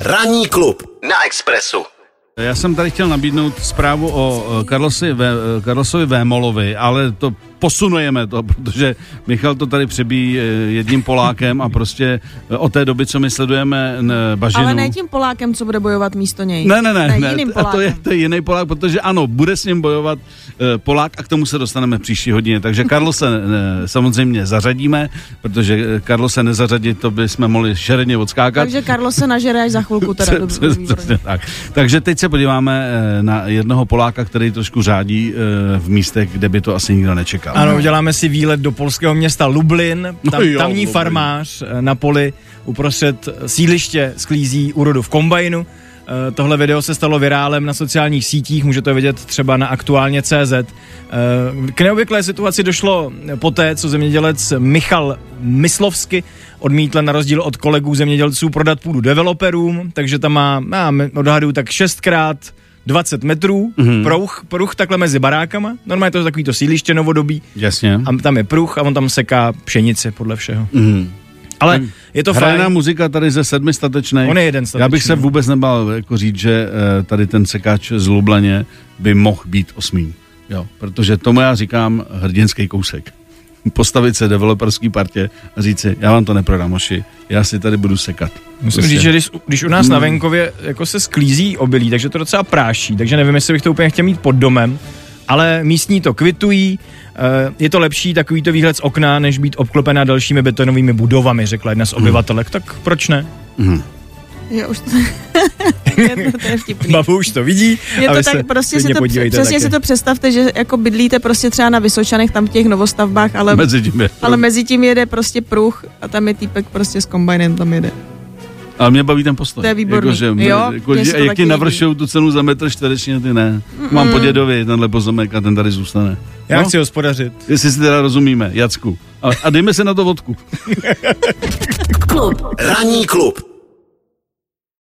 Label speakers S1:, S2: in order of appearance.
S1: Ranní klub na Expressu.
S2: Já jsem tady chtěl nabídnout zprávu o eh, Carlosi, Ve- eh, Carlosovi Vémolovi, ale to posunujeme to, protože Michal to tady přebíjí eh, jedním Polákem a prostě eh, od té doby, co my sledujeme n- Bažinu...
S3: Ale ne tím Polákem, co bude bojovat místo něj.
S2: Ne, ne, ne,
S3: ne,
S2: ne,
S3: jiným
S2: a to je,
S3: Polákem.
S2: to je jiný Polák, protože ano, bude s ním bojovat eh, Polák a k tomu se dostaneme příští hodině. Takže Karlo se eh, samozřejmě zařadíme, protože eh, Karlo se nezařadit, to bychom mohli šeredně odskákat.
S3: Takže Karlo se nažere až za chvilku. Teda, dobře,
S2: Přes-
S3: výborně.
S2: přesně tak. Takže teď se podíváme eh, na jednoho Poláka, který trošku řádí eh, v místech, kde by to asi nikdo nečekal.
S4: Ano, uděláme si výlet do polského města Lublin.
S2: No
S4: Tam,
S2: jo,
S4: tamní
S2: Lublin.
S4: farmář eh, na poli uprostřed sídliště sklízí úrodu v kombajnu. Eh, Tohle video se stalo virálem na sociálních sítích, můžete vidět třeba na aktuálně CZ. Eh, K neobvyklé situaci došlo poté, co zemědělec Michal Myslovsky odmítl na rozdíl od kolegů zemědělců prodat půdu developerům, takže tam má, já odhaduju tak šestkrát 20 metrů,
S2: Mhm.
S4: mm-hmm. pruch, pruch takhle mezi barákama, normálně to je takový to sídliště novodobí,
S2: Jasně.
S4: a tam je pruch a on tam seká pšenici podle všeho.
S2: Mm.
S4: Ale je to
S2: Hraje nám
S4: fajn.
S2: muzika tady ze sedmi statečných.
S4: On je jeden statečný. no.
S2: Já bych se vůbec nebal jako říct, že eh, tady ten sekáč z Lublaně by mohl být osmý. Jo, protože tomu já říkám hrdinský kousek. Postavit se developerský partě a říct si, já vám to neprodám, moši, já si tady budu sekat.
S4: Musím
S2: Prostě.
S4: říct, že když, když u
S3: Hmm.
S4: nás na venkově jako se sklízí obilí, takže to docela práší, takže nevím, jestli bych to úplně chtěl mít pod domem, ale místní to kvitují, eh, je to lepší takovýto výhled z okna, než být obklopena dalšími betonovými budovami, řekla jedna z
S3: Hmm.
S4: obyvatelek. Tak proč ne?
S2: Mhm.
S3: Je už to, je to, to je vtipný.
S4: Babu už to vidí
S3: Je
S4: a
S3: to
S4: vy
S3: tak,
S4: se
S3: prostě si
S4: klidně
S3: to, přesně
S4: podívejte taky.
S3: si to představte, že jako bydlíte prostě třeba na Vysočanech, tam v těch novostavbách, ale,
S2: Mezi tím je.
S3: ale mezi tím jede prostě pruh a tam je týpek prostě s kombajnem tam jede.
S2: Ale mě baví ten postoj.
S3: To je výborný.
S2: Jako, že, m-
S3: Jo,
S2: jako,
S3: mně se
S2: že,
S3: to
S2: jak
S3: taky
S2: ti
S3: líbí.
S2: navršou tu cenu za metr čtvereční, ty ne. Mám po dědovi tenhle pozemek a ten tady zůstane.
S4: Já
S2: No,
S4: chci hospodařit.
S2: Jestli si teda rozumíme, Jacku. A, a dejme se na to vodku.
S5: Klub.
S1: Ranní klub.